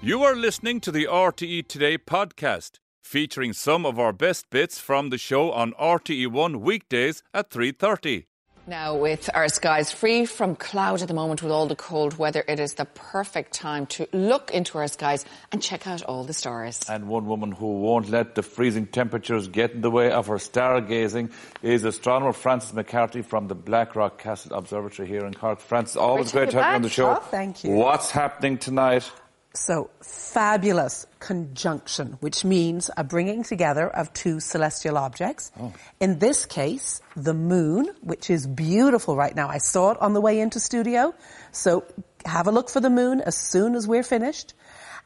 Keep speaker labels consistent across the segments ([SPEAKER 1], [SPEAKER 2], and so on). [SPEAKER 1] You are listening to the RTE Today podcast, featuring some of our best bits from the show on RTE1 weekdays at 3:30.
[SPEAKER 2] Now, with our skies free from cloud at the moment with all the cold weather, it is the perfect time to look into our skies and check out all the stars.
[SPEAKER 1] And one woman who won't let the freezing temperatures get in the way of her stargazing is astronomer Frances McCarthy from the Blackrock Castle Observatory here in Cork. Frances, always
[SPEAKER 2] Richard,
[SPEAKER 1] great to have you on the
[SPEAKER 2] back.
[SPEAKER 1] show.
[SPEAKER 3] Oh, thank you.
[SPEAKER 1] What's happening tonight?
[SPEAKER 3] So, fabulous conjunction, which means a bringing together of two celestial objects. In this case, the moon, which is beautiful right now. I saw it on the way into studio. So, have a look for the moon as soon as we're finished.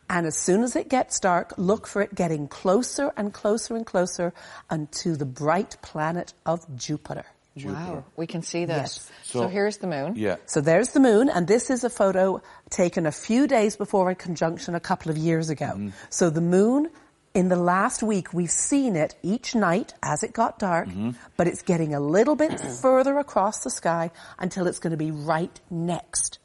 [SPEAKER 3] And as soon as it gets dark, look for it getting closer and closer and closer unto the bright planet of Jupiter.
[SPEAKER 2] Wow, we can see this.
[SPEAKER 3] Yes.
[SPEAKER 2] So, here's the
[SPEAKER 3] Hmm?
[SPEAKER 2] moon.
[SPEAKER 1] Yeah.
[SPEAKER 3] So there's the moon, and this is a photo taken a few days before a conjunction a couple of years ago.
[SPEAKER 1] Mm-hmm.
[SPEAKER 3] So the moon, in the last week, we've seen it each night as it got dark,
[SPEAKER 1] Mm-hmm.
[SPEAKER 3] but it's getting a little bit further across the sky until it's going to be right next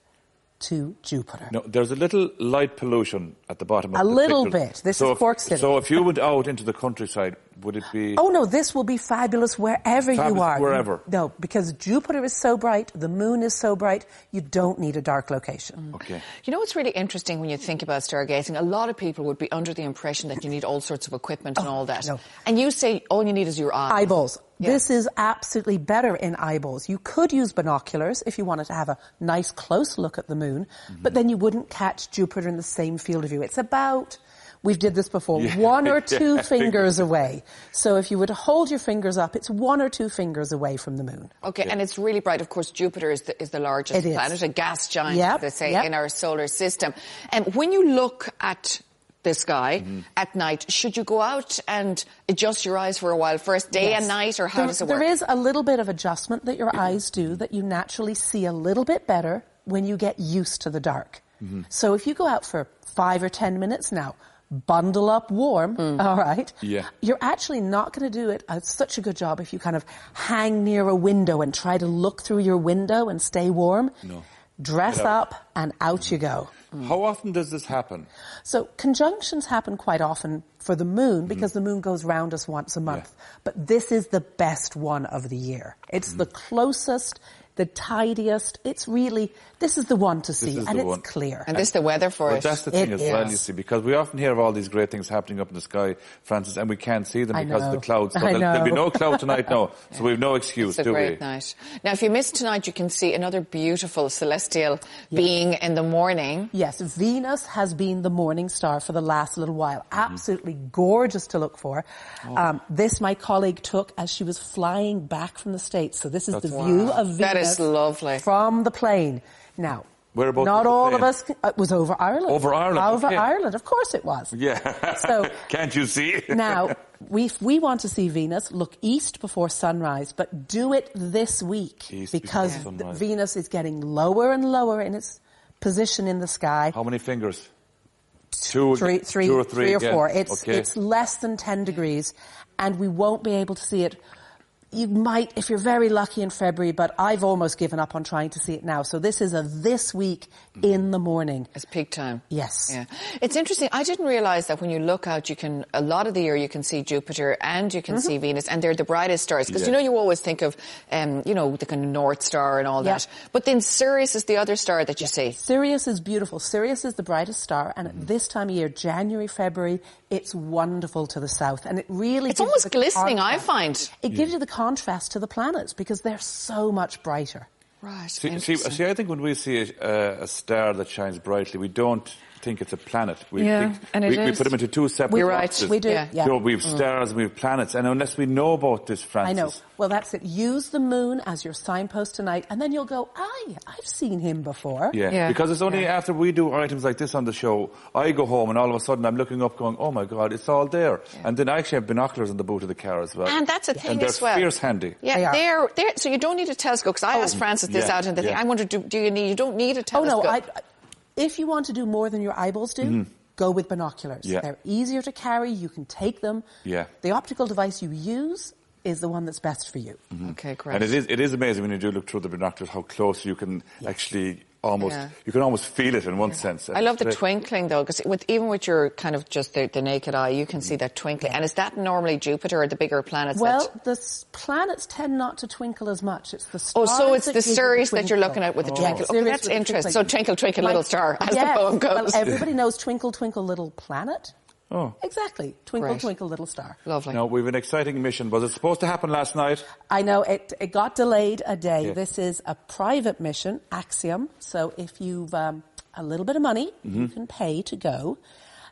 [SPEAKER 3] to Jupiter.
[SPEAKER 1] No, there's a little light pollution at the bottom of
[SPEAKER 3] A
[SPEAKER 1] the
[SPEAKER 3] little
[SPEAKER 1] picture.
[SPEAKER 3] bit. This
[SPEAKER 1] so
[SPEAKER 3] is
[SPEAKER 1] if-
[SPEAKER 3] Cork City.
[SPEAKER 1] So if you went out into the countryside, would it be?
[SPEAKER 3] Oh no, this will be fabulous wherever you
[SPEAKER 1] Fabulous
[SPEAKER 3] are.
[SPEAKER 1] wherever.
[SPEAKER 3] No, because Jupiter is so bright, the moon is so bright, you don't need a dark location.
[SPEAKER 1] Okay.
[SPEAKER 2] You know what's really interesting when you think about stargazing? A lot of people would be under the impression that you need all sorts of equipment and all that.
[SPEAKER 3] Oh, no.
[SPEAKER 2] And you say all you need is your eyes.
[SPEAKER 3] Eyeballs.
[SPEAKER 2] Yeah.
[SPEAKER 3] This is absolutely better in eyeballs. You could use binoculars if you wanted to have a nice close look at the moon, but then you wouldn't catch Jupiter in the same field of view. It's about We've did this before. One or two fingers away. So if you were to hold your fingers up, it's one or two fingers away from the moon.
[SPEAKER 2] Okay, and it's really bright. Of course, Jupiter is the, is the largest
[SPEAKER 3] It is.
[SPEAKER 2] planet, a gas giant,
[SPEAKER 3] Yep,
[SPEAKER 2] as they say,
[SPEAKER 3] yep.
[SPEAKER 2] in our solar system. And when you look at the sky
[SPEAKER 3] Mm-hmm.
[SPEAKER 2] at night, should you go out and adjust your eyes for a while first, day and
[SPEAKER 3] Yes.
[SPEAKER 2] night, or how
[SPEAKER 3] There-
[SPEAKER 2] does it work?
[SPEAKER 3] There is a little bit of adjustment that your eyes do that you naturally see a little bit better when you get used to the dark.
[SPEAKER 1] Mm-hmm.
[SPEAKER 3] So if you go out for five or ten minutes now, bundle up warm,
[SPEAKER 2] Mm.
[SPEAKER 3] all right?
[SPEAKER 1] Yeah.
[SPEAKER 3] You're actually not going to do it uh, such a good job if you kind of hang near a window and try to look through your window and stay warm.
[SPEAKER 1] No.
[SPEAKER 3] Dress
[SPEAKER 1] Get out.
[SPEAKER 3] up and out you go.
[SPEAKER 1] How often does this happen?
[SPEAKER 3] So conjunctions happen quite often for the
[SPEAKER 1] Mm-hmm.
[SPEAKER 3] moon because the moon goes round us once a month. But this is the best one of the year.
[SPEAKER 1] Mm-hmm.
[SPEAKER 3] It's the closest, the tidiest. It's really, this is the one to see
[SPEAKER 1] is
[SPEAKER 3] and
[SPEAKER 1] the
[SPEAKER 3] it's
[SPEAKER 1] one.
[SPEAKER 3] clear.
[SPEAKER 2] and this is the weather for
[SPEAKER 1] But
[SPEAKER 2] it.
[SPEAKER 1] that's the thing
[SPEAKER 3] It
[SPEAKER 1] as well,
[SPEAKER 3] is.
[SPEAKER 1] you see, because we often hear of all these great things happening up in the sky, Francis, and we can't see them
[SPEAKER 3] I
[SPEAKER 1] because of the
[SPEAKER 3] know.
[SPEAKER 1] clouds. So
[SPEAKER 3] I
[SPEAKER 1] there'll, there'll be
[SPEAKER 3] know.
[SPEAKER 1] no cloud tonight, no. So we've no excuse,
[SPEAKER 2] It's a
[SPEAKER 1] do
[SPEAKER 2] great
[SPEAKER 1] we?
[SPEAKER 2] night. Now, if you miss tonight, you can see another beautiful celestial being in the morning.
[SPEAKER 3] Yes, Venus has been the morning star for the last little while.
[SPEAKER 1] Mm-hmm.
[SPEAKER 3] Absolutely gorgeous to look for.
[SPEAKER 1] Oh.
[SPEAKER 3] Um, this my colleague took as she was flying back from the States. So this is the view of Venus.
[SPEAKER 2] That is lovely.
[SPEAKER 3] From the plane. Now,
[SPEAKER 1] Whereabouts was
[SPEAKER 3] not
[SPEAKER 1] the
[SPEAKER 3] all
[SPEAKER 1] plane?
[SPEAKER 3] of us. c- It was over Ireland.
[SPEAKER 1] Over Ireland,
[SPEAKER 3] Over
[SPEAKER 1] okay.
[SPEAKER 3] Ireland. Of course it was.
[SPEAKER 1] Yeah.
[SPEAKER 3] So-
[SPEAKER 1] can't you see?
[SPEAKER 3] now, we, if we want to see Venus, look east before sunrise, but do it this week
[SPEAKER 1] East
[SPEAKER 3] because
[SPEAKER 1] before
[SPEAKER 3] th-
[SPEAKER 1] sunrise.
[SPEAKER 3] Venus is getting lower and lower in its position in the sky.
[SPEAKER 1] How many fingers? Two,
[SPEAKER 3] three, three,
[SPEAKER 1] two or three,
[SPEAKER 3] three or
[SPEAKER 1] again.
[SPEAKER 3] four. It's
[SPEAKER 1] okay.
[SPEAKER 3] it's less than ten degrees, and we won't be able to see it. You might, if you're very lucky, in February, but I've almost given up on trying to see it now. So this is a this week
[SPEAKER 1] Mm-hmm.
[SPEAKER 3] in the morning.
[SPEAKER 2] It's peak time.
[SPEAKER 3] Yes.
[SPEAKER 2] Yeah. It's interesting. I didn't realize that when you look out, you can, a lot of the year, you can see Jupiter and you can see
[SPEAKER 3] Mm-hmm.
[SPEAKER 2] Venus, and they're the brightest stars. Because, you
[SPEAKER 1] Yeah.
[SPEAKER 2] know, you always think of, um, you know, the kind of North Star and all
[SPEAKER 3] Yeah.
[SPEAKER 2] that. But then Sirius is the other star that you see.
[SPEAKER 3] Sirius is beautiful. Sirius is the brightest star, and
[SPEAKER 1] Mm-hmm.
[SPEAKER 3] at this time of year, January, February, it's wonderful to the south, and it really
[SPEAKER 2] It's
[SPEAKER 3] gives you
[SPEAKER 2] almost
[SPEAKER 3] the
[SPEAKER 2] glistening, I find.
[SPEAKER 3] contrast. It gives you the contrast to the planets because they're so much brighter.
[SPEAKER 2] Right.
[SPEAKER 1] See, see,
[SPEAKER 2] interesting.
[SPEAKER 1] see, I think when we see a, a star that shines brightly, we don't think it's a planet. We
[SPEAKER 2] Yeah,
[SPEAKER 1] think,
[SPEAKER 2] and it
[SPEAKER 1] we, we
[SPEAKER 2] is.
[SPEAKER 1] put them into two separate
[SPEAKER 2] You're right,
[SPEAKER 1] boxes.
[SPEAKER 3] We do.
[SPEAKER 2] Yeah.
[SPEAKER 3] yeah.
[SPEAKER 1] So we have stars and we have planets, and unless we know about this,
[SPEAKER 3] I
[SPEAKER 1] Francis,
[SPEAKER 3] know. Well, that's it. Use the moon as your signpost tonight, and then you'll go, "Aye, I've seen him before."
[SPEAKER 1] Yeah.
[SPEAKER 2] Yeah.
[SPEAKER 1] because it's only after we do items like this on the show, I go home and all of a sudden I'm looking up going, oh my God, it's all there. And then I actually have binoculars in the boot of the car as well.
[SPEAKER 2] And that's a thing
[SPEAKER 1] and they're
[SPEAKER 2] as well.
[SPEAKER 1] fierce handy. Oh,
[SPEAKER 2] Yeah,
[SPEAKER 3] They are.
[SPEAKER 2] they're, they're, so you don't need a telescope. Because I asked Francis this
[SPEAKER 1] yeah,
[SPEAKER 2] out in the thing.
[SPEAKER 1] yeah.
[SPEAKER 2] I wonder, do, do you need, you don't need a
[SPEAKER 3] Oh
[SPEAKER 2] telescope.
[SPEAKER 3] no, I, I- if you want to do more than your eyeballs do,
[SPEAKER 2] Mm-hmm.
[SPEAKER 3] go with binoculars.
[SPEAKER 1] Yeah.
[SPEAKER 3] They're easier to carry. You can take them.
[SPEAKER 1] Yeah.
[SPEAKER 3] The optical device you use is the one that's best for you.
[SPEAKER 2] Okay, great.
[SPEAKER 1] And it is, it is amazing when you do look through the binoculars how close you can actually almost,
[SPEAKER 2] Yeah.
[SPEAKER 1] you can almost feel it in one sense.
[SPEAKER 2] I love the
[SPEAKER 1] It's very-
[SPEAKER 2] twinkling though, because with, even with your kind of just the, the naked eye, you can see that twinkling. And is that normally Jupiter or the bigger planets?
[SPEAKER 3] Well,
[SPEAKER 2] that-
[SPEAKER 3] the s- planets tend not to twinkle as much. It's the
[SPEAKER 2] oh,
[SPEAKER 3] stars.
[SPEAKER 2] so it's
[SPEAKER 3] that
[SPEAKER 2] the
[SPEAKER 3] give
[SPEAKER 2] series that you're looking
[SPEAKER 3] twinkle.
[SPEAKER 2] at with the
[SPEAKER 3] Yes,
[SPEAKER 2] twinkle. Okay,
[SPEAKER 3] series
[SPEAKER 2] that's
[SPEAKER 3] with the
[SPEAKER 2] interesting. So twinkle, twinkle,
[SPEAKER 3] Like-
[SPEAKER 2] little star, as
[SPEAKER 3] yes.
[SPEAKER 2] the poem
[SPEAKER 3] Well,
[SPEAKER 2] goes.
[SPEAKER 3] everybody knows twinkle, twinkle, little planet. Oh. Exactly. Twinkle,
[SPEAKER 2] Right.
[SPEAKER 3] twinkle, little star.
[SPEAKER 2] Lovely.
[SPEAKER 1] Now, we have an exciting mission. Was it supposed to happen last night?
[SPEAKER 3] I know it, it got delayed a day.
[SPEAKER 1] Yeah.
[SPEAKER 3] This is a private mission, Axiom. So if you've um, a little bit of money, you can pay to go.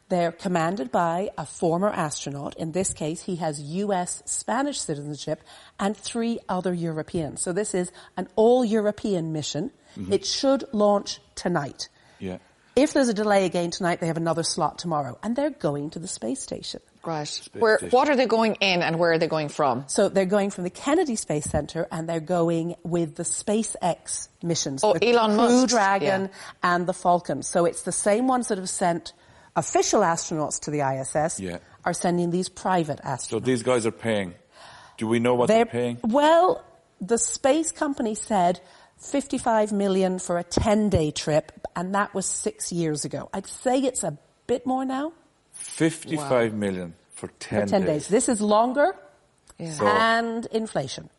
[SPEAKER 3] They're commanded by a former astronaut. In this case, he has U.S. Spanish citizenship and three other Europeans. So this is an all-European mission. It should launch tonight.
[SPEAKER 1] Yeah.
[SPEAKER 3] If there's a delay again tonight, they have another slot tomorrow, and they're going to the space station.
[SPEAKER 2] Right. Where, what are they going in and where are they going from?
[SPEAKER 3] So they're going from the Kennedy Space Center and they're going with the SpaceX missions.
[SPEAKER 2] Oh,
[SPEAKER 3] with
[SPEAKER 2] Elon
[SPEAKER 3] Crew
[SPEAKER 2] Musk's,
[SPEAKER 3] Dragon
[SPEAKER 2] yeah.
[SPEAKER 3] and the Falcon. So it's the same ones that have sent official astronauts to the ISS
[SPEAKER 1] Yeah.
[SPEAKER 3] are sending these private astronauts.
[SPEAKER 1] So these guys are paying. Do we know what they're,
[SPEAKER 3] They're-
[SPEAKER 1] paying?
[SPEAKER 3] Well, the space company said 55 million for a 10-day trip and that was 6 years ago. I'd say it's a bit more now,
[SPEAKER 1] Fifty-five million for 10,
[SPEAKER 3] for 10 days. This is longer
[SPEAKER 2] Yeah.
[SPEAKER 1] So-
[SPEAKER 3] and inflation.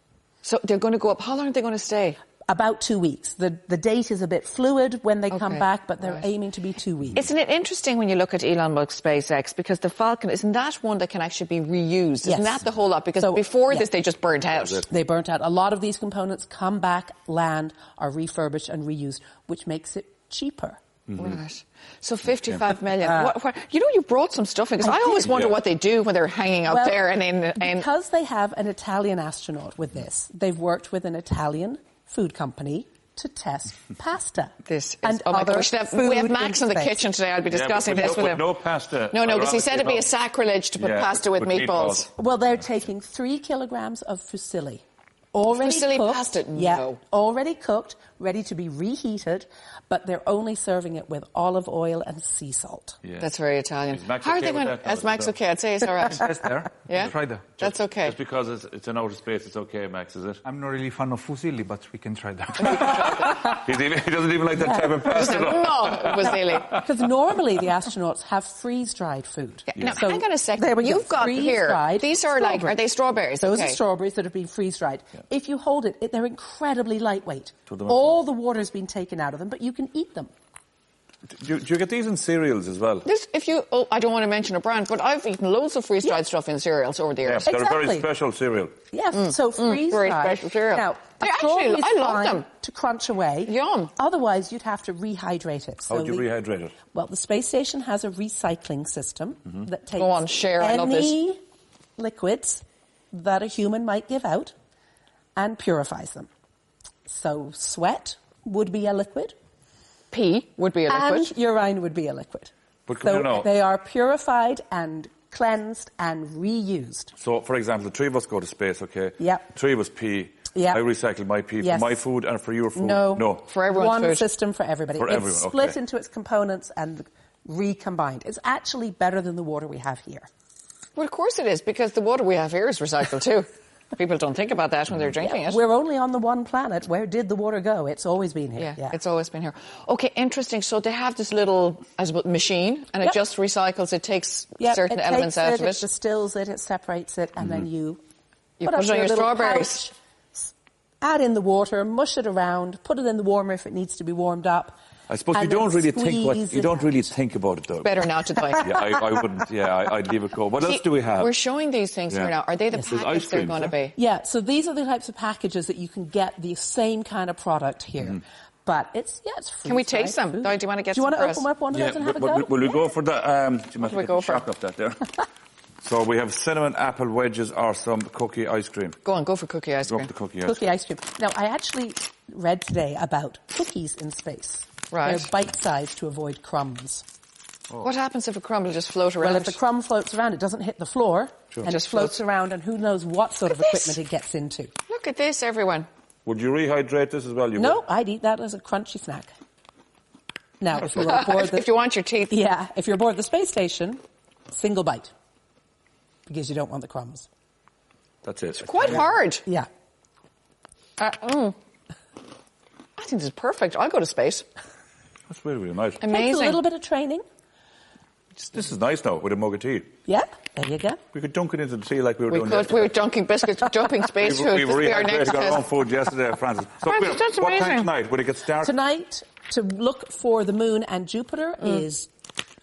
[SPEAKER 2] So they're going to go up. How long are they going to stay?
[SPEAKER 3] About two weeks. The the date is a bit fluid when they come
[SPEAKER 2] Okay,
[SPEAKER 3] back, but they're
[SPEAKER 2] right.
[SPEAKER 3] aiming to be two weeks.
[SPEAKER 2] Isn't it interesting when you look at Elon Musk SpaceX because the Falcon isn't that one that can actually be reused? Isn't
[SPEAKER 3] Yes.
[SPEAKER 2] that the whole lot? Because
[SPEAKER 3] So,
[SPEAKER 2] before
[SPEAKER 3] yeah.
[SPEAKER 2] this they just burnt out.
[SPEAKER 3] they burnt out. A lot of these components come back, land, are refurbished and reused, which makes it cheaper.
[SPEAKER 1] Mm-hmm.
[SPEAKER 2] Right. So fifty-five million.
[SPEAKER 3] Uh,
[SPEAKER 2] What- what- you know, you brought some stuff in because I, always wonder
[SPEAKER 1] Yeah.
[SPEAKER 2] what they do when they're hanging out
[SPEAKER 3] Well,
[SPEAKER 2] there and in. And
[SPEAKER 3] because they have an Italian astronaut with this, they've worked with an Italian food company to test pasta.
[SPEAKER 2] this is,
[SPEAKER 3] and
[SPEAKER 2] oh my
[SPEAKER 3] other
[SPEAKER 2] God, we should have, we have
[SPEAKER 3] food
[SPEAKER 2] Max in the
[SPEAKER 3] space.
[SPEAKER 2] kitchen today. I'll be discussing
[SPEAKER 1] but
[SPEAKER 2] this
[SPEAKER 1] no-
[SPEAKER 2] with
[SPEAKER 1] but
[SPEAKER 2] him.
[SPEAKER 1] no pasta.
[SPEAKER 2] No, no,
[SPEAKER 1] I'd
[SPEAKER 2] because he
[SPEAKER 1] rather
[SPEAKER 2] said
[SPEAKER 1] say
[SPEAKER 2] it'd be
[SPEAKER 1] no.
[SPEAKER 2] a sacrilege to put
[SPEAKER 1] Yeah,
[SPEAKER 2] pasta with
[SPEAKER 1] with
[SPEAKER 2] meatballs.
[SPEAKER 1] meatballs.
[SPEAKER 3] Well, they're taking three kilograms of fusilli. Already
[SPEAKER 2] Fusilli
[SPEAKER 3] cooked,
[SPEAKER 2] pasta?
[SPEAKER 3] Yeah,
[SPEAKER 2] No.
[SPEAKER 3] already cooked, ready to be reheated, but they're only serving it with olive oil and sea salt.
[SPEAKER 1] Yeah.
[SPEAKER 2] That's very Italian.
[SPEAKER 1] Is Max
[SPEAKER 2] How are
[SPEAKER 1] okay
[SPEAKER 2] they
[SPEAKER 1] with
[SPEAKER 2] going?
[SPEAKER 1] that, though?
[SPEAKER 2] As Max okay, I'd say it's all right.
[SPEAKER 1] Yes, there.
[SPEAKER 2] Yeah?
[SPEAKER 1] Try that.
[SPEAKER 2] That's
[SPEAKER 1] Just-
[SPEAKER 2] okay.
[SPEAKER 1] Just because it's, it's an outer space, it's okay, Max, is it?
[SPEAKER 4] I'm not really fan of fusilli, but we can try that.
[SPEAKER 1] He's even, he doesn't even like that type of pasta. though.
[SPEAKER 2] no, Vasily.
[SPEAKER 3] Because normally the astronauts have freeze dried food.
[SPEAKER 2] Yeah. Now, hang on a second.
[SPEAKER 3] there we go.
[SPEAKER 2] You've got here-
[SPEAKER 3] Freeze-dried
[SPEAKER 2] these are like- are they strawberries?
[SPEAKER 3] Those
[SPEAKER 2] Okay.
[SPEAKER 3] are strawberries that have been freeze dried. If you hold it, it, they're incredibly lightweight.
[SPEAKER 1] them up.
[SPEAKER 3] All the water's been taken out of them, but you can eat them.
[SPEAKER 1] Do
[SPEAKER 2] Mm.
[SPEAKER 1] you, do you get these in cereals as well?
[SPEAKER 2] This, if you, oh, I don't want to mention a brand, but I've eaten loads of freeze-dried stuff in cereals over the
[SPEAKER 1] Yeah,
[SPEAKER 2] years.
[SPEAKER 1] they're a very
[SPEAKER 3] Exactly.
[SPEAKER 1] special cereal.
[SPEAKER 3] Yes, so freeze
[SPEAKER 2] Mm. very
[SPEAKER 3] dried.
[SPEAKER 2] special cereal.
[SPEAKER 3] Now,
[SPEAKER 2] They're
[SPEAKER 3] a
[SPEAKER 2] actually-
[SPEAKER 3] strawberry's
[SPEAKER 2] I love
[SPEAKER 3] fine
[SPEAKER 2] them.
[SPEAKER 3] to crunch away.
[SPEAKER 2] Yum.
[SPEAKER 3] Otherwise, you'd have to rehydrate it.
[SPEAKER 1] How Oh, do you
[SPEAKER 3] slowly.
[SPEAKER 1] rehydrate it?
[SPEAKER 3] Well, the space station has a recycling system
[SPEAKER 1] Mm-hmm.
[SPEAKER 3] that takes
[SPEAKER 2] on, share, I
[SPEAKER 3] any
[SPEAKER 2] love this.
[SPEAKER 3] liquids that a human might give out and purifies them. So sweat would be a liquid,
[SPEAKER 2] Pea would be a liquid.
[SPEAKER 3] and urine would be a liquid.
[SPEAKER 1] But come
[SPEAKER 3] so
[SPEAKER 1] here now.
[SPEAKER 3] they are purified and cleansed and reused.
[SPEAKER 1] So, for example, the three of us go to space, okay?
[SPEAKER 3] Yep.
[SPEAKER 1] Three of us pee.
[SPEAKER 3] Yep.
[SPEAKER 1] I recycle my pee
[SPEAKER 3] Yes.
[SPEAKER 1] for my food and for your food.
[SPEAKER 3] No,
[SPEAKER 1] No.
[SPEAKER 2] For everyone's
[SPEAKER 3] one
[SPEAKER 2] food.
[SPEAKER 3] system for everybody.
[SPEAKER 1] For
[SPEAKER 3] it's
[SPEAKER 1] everyone,
[SPEAKER 3] split
[SPEAKER 1] okay.
[SPEAKER 3] into its components and recombined. It's actually better than the water we have here.
[SPEAKER 2] Well, of course it is, because the water we have here is recycled too. People don't think about that when they're drinking it.
[SPEAKER 3] Mm. We're only on the one planet. Where did the water go? It's always been here.
[SPEAKER 2] Yeah, it's always been here. Okay, interesting. So they have this little I suppose, machine, and it
[SPEAKER 3] Yep.
[SPEAKER 2] just recycles. It takes
[SPEAKER 3] Yep,
[SPEAKER 2] certain
[SPEAKER 3] it
[SPEAKER 2] elements
[SPEAKER 3] takes
[SPEAKER 2] out
[SPEAKER 3] it,
[SPEAKER 2] of it.
[SPEAKER 3] distills it, it separates it, and
[SPEAKER 1] Mm-hmm.
[SPEAKER 3] then you
[SPEAKER 2] You put
[SPEAKER 3] put, up
[SPEAKER 2] it on your
[SPEAKER 3] little
[SPEAKER 2] strawberries.
[SPEAKER 3] pouch, s- add in the water, mush it around, put it in the warmer if it needs to be warmed up.
[SPEAKER 1] I suppose you
[SPEAKER 3] and then
[SPEAKER 1] don't really think what,
[SPEAKER 3] squeeze
[SPEAKER 1] you
[SPEAKER 3] it
[SPEAKER 1] don't
[SPEAKER 3] out.
[SPEAKER 1] really think about it though.
[SPEAKER 2] Better now to die.
[SPEAKER 1] Yeah, I, I wouldn't. Yeah, I, I'd leave it go. What else do we have?
[SPEAKER 2] We're showing these things
[SPEAKER 1] Yeah.
[SPEAKER 2] here now. Are they the
[SPEAKER 1] Yes, there's
[SPEAKER 2] packets
[SPEAKER 1] ice
[SPEAKER 2] they're
[SPEAKER 1] creams,
[SPEAKER 2] going to
[SPEAKER 1] huh?
[SPEAKER 2] be?
[SPEAKER 3] Yeah, so these are the types of packages that you can get the same kind of product here.
[SPEAKER 1] Mm-hmm.
[SPEAKER 3] But it's, yeah, it's
[SPEAKER 2] Can we
[SPEAKER 3] freeze-dried
[SPEAKER 2] taste them?
[SPEAKER 3] food.
[SPEAKER 2] Di, do you wanna get
[SPEAKER 3] Do
[SPEAKER 2] some
[SPEAKER 3] you want
[SPEAKER 2] for
[SPEAKER 3] to open
[SPEAKER 2] us?
[SPEAKER 3] up one of
[SPEAKER 1] yeah,
[SPEAKER 3] those and have a
[SPEAKER 1] but- but
[SPEAKER 3] go?
[SPEAKER 1] will you go for that? Um, do you must
[SPEAKER 2] we
[SPEAKER 1] get
[SPEAKER 2] go
[SPEAKER 1] the
[SPEAKER 2] for?
[SPEAKER 1] shock up that there. so we have cinnamon apple wedges or some cookie ice cream.
[SPEAKER 2] Go on, go for cookie ice
[SPEAKER 1] Go
[SPEAKER 2] cream.
[SPEAKER 1] for the cookie ice
[SPEAKER 3] Cookie ice cream. Now, I actually read today about cookies in space.
[SPEAKER 2] Right.
[SPEAKER 3] They're bite-sized to avoid crumbs.
[SPEAKER 2] What happens if a crumb will just float around?
[SPEAKER 3] Well, if the crumb floats around, it doesn't hit the floor. And
[SPEAKER 2] Just
[SPEAKER 3] it floats
[SPEAKER 2] floats.
[SPEAKER 3] around, and who knows what sort of
[SPEAKER 2] Look at
[SPEAKER 3] equipment
[SPEAKER 2] this.
[SPEAKER 3] it gets into.
[SPEAKER 2] Look at this, everyone.
[SPEAKER 1] Would you rehydrate this as well? You
[SPEAKER 3] No,
[SPEAKER 1] would?
[SPEAKER 3] I'd eat that as a crunchy snack. Now, if you're aboard the,
[SPEAKER 2] if you want your teeth.
[SPEAKER 3] yeah, if you're aboard the space station, single bite, because you don't want the crumbs.
[SPEAKER 1] That's it.
[SPEAKER 2] Quite hard.
[SPEAKER 3] Yeah.
[SPEAKER 2] Uh, mm. I think this is perfect. I'll go to space.
[SPEAKER 1] That's really, really nice.
[SPEAKER 2] Amazing.
[SPEAKER 3] Takes a little bit of training.
[SPEAKER 1] This is nice now with a mug of tea.
[SPEAKER 3] Yeah, there you go.
[SPEAKER 1] We could dunk it into the tea like we were
[SPEAKER 2] we
[SPEAKER 1] doing
[SPEAKER 2] could. We were dunking biscuits, dumping space
[SPEAKER 1] We
[SPEAKER 2] food.
[SPEAKER 1] were, we
[SPEAKER 2] This
[SPEAKER 1] were
[SPEAKER 2] will be our next
[SPEAKER 1] rehydrating our own
[SPEAKER 2] test.
[SPEAKER 1] food yesterday, Francis. So,
[SPEAKER 2] Francis,
[SPEAKER 1] Bill,
[SPEAKER 2] that's
[SPEAKER 1] what time
[SPEAKER 2] amazing.
[SPEAKER 1] tonight? Will it get stark?
[SPEAKER 5] Tonight,
[SPEAKER 3] To look for the moon and Jupiter
[SPEAKER 2] Mm.
[SPEAKER 3] is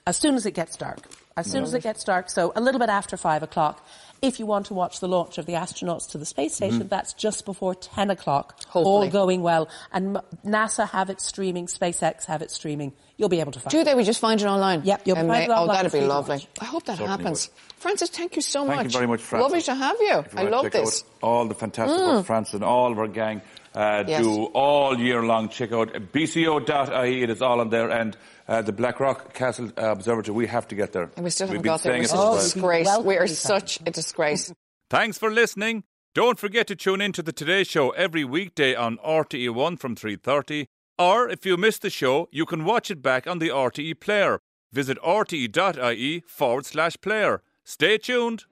[SPEAKER 5] as soon as it gets dark,
[SPEAKER 3] as soon as it gets dark, so a little bit after five o'clock. If you want to watch the launch of the astronauts to the space station, that's just before 10 o'clock.
[SPEAKER 2] Mm-hmm. Hopefully.
[SPEAKER 3] All going well. And m- NASA have it streaming, SpaceX have it streaming. You'll be able to find
[SPEAKER 2] Do
[SPEAKER 3] it.
[SPEAKER 2] they? We just find it online.
[SPEAKER 3] Yep, you'll
[SPEAKER 2] And
[SPEAKER 3] find
[SPEAKER 2] they-
[SPEAKER 3] it
[SPEAKER 2] Oh,
[SPEAKER 3] online.
[SPEAKER 2] that'd be
[SPEAKER 3] It's free to
[SPEAKER 2] lovely.
[SPEAKER 3] watch.
[SPEAKER 2] I hope that
[SPEAKER 1] Certainly
[SPEAKER 2] happens. Francis, thank you so much.
[SPEAKER 1] Thank you very much, Francis.
[SPEAKER 2] Lovely to have you.
[SPEAKER 1] If
[SPEAKER 2] I
[SPEAKER 1] wanna
[SPEAKER 2] love
[SPEAKER 1] check
[SPEAKER 2] this. Mm.
[SPEAKER 1] out All the fantastic work Francis and all of our gang uh,
[SPEAKER 2] Yes.
[SPEAKER 1] do all year long. Check out bco.ie. E. It is all on there. And uh, the Blackrock Castle Observatory, we have to get there.
[SPEAKER 2] And we still
[SPEAKER 1] We've
[SPEAKER 2] haven't
[SPEAKER 1] been
[SPEAKER 2] got there.
[SPEAKER 1] saying
[SPEAKER 2] We're
[SPEAKER 1] it
[SPEAKER 2] such
[SPEAKER 1] as
[SPEAKER 3] Oh,
[SPEAKER 2] a
[SPEAKER 1] well.
[SPEAKER 2] disgrace. We are
[SPEAKER 3] welcome.
[SPEAKER 2] such a disgrace.
[SPEAKER 6] Thanks for listening. Don't forget to tune in to the Today Show every weekday on RTE1 from 3:30. Or if you missed the show, you can watch it back on the E RTE player. Visit rte.ie forward slash player. Stay tuned.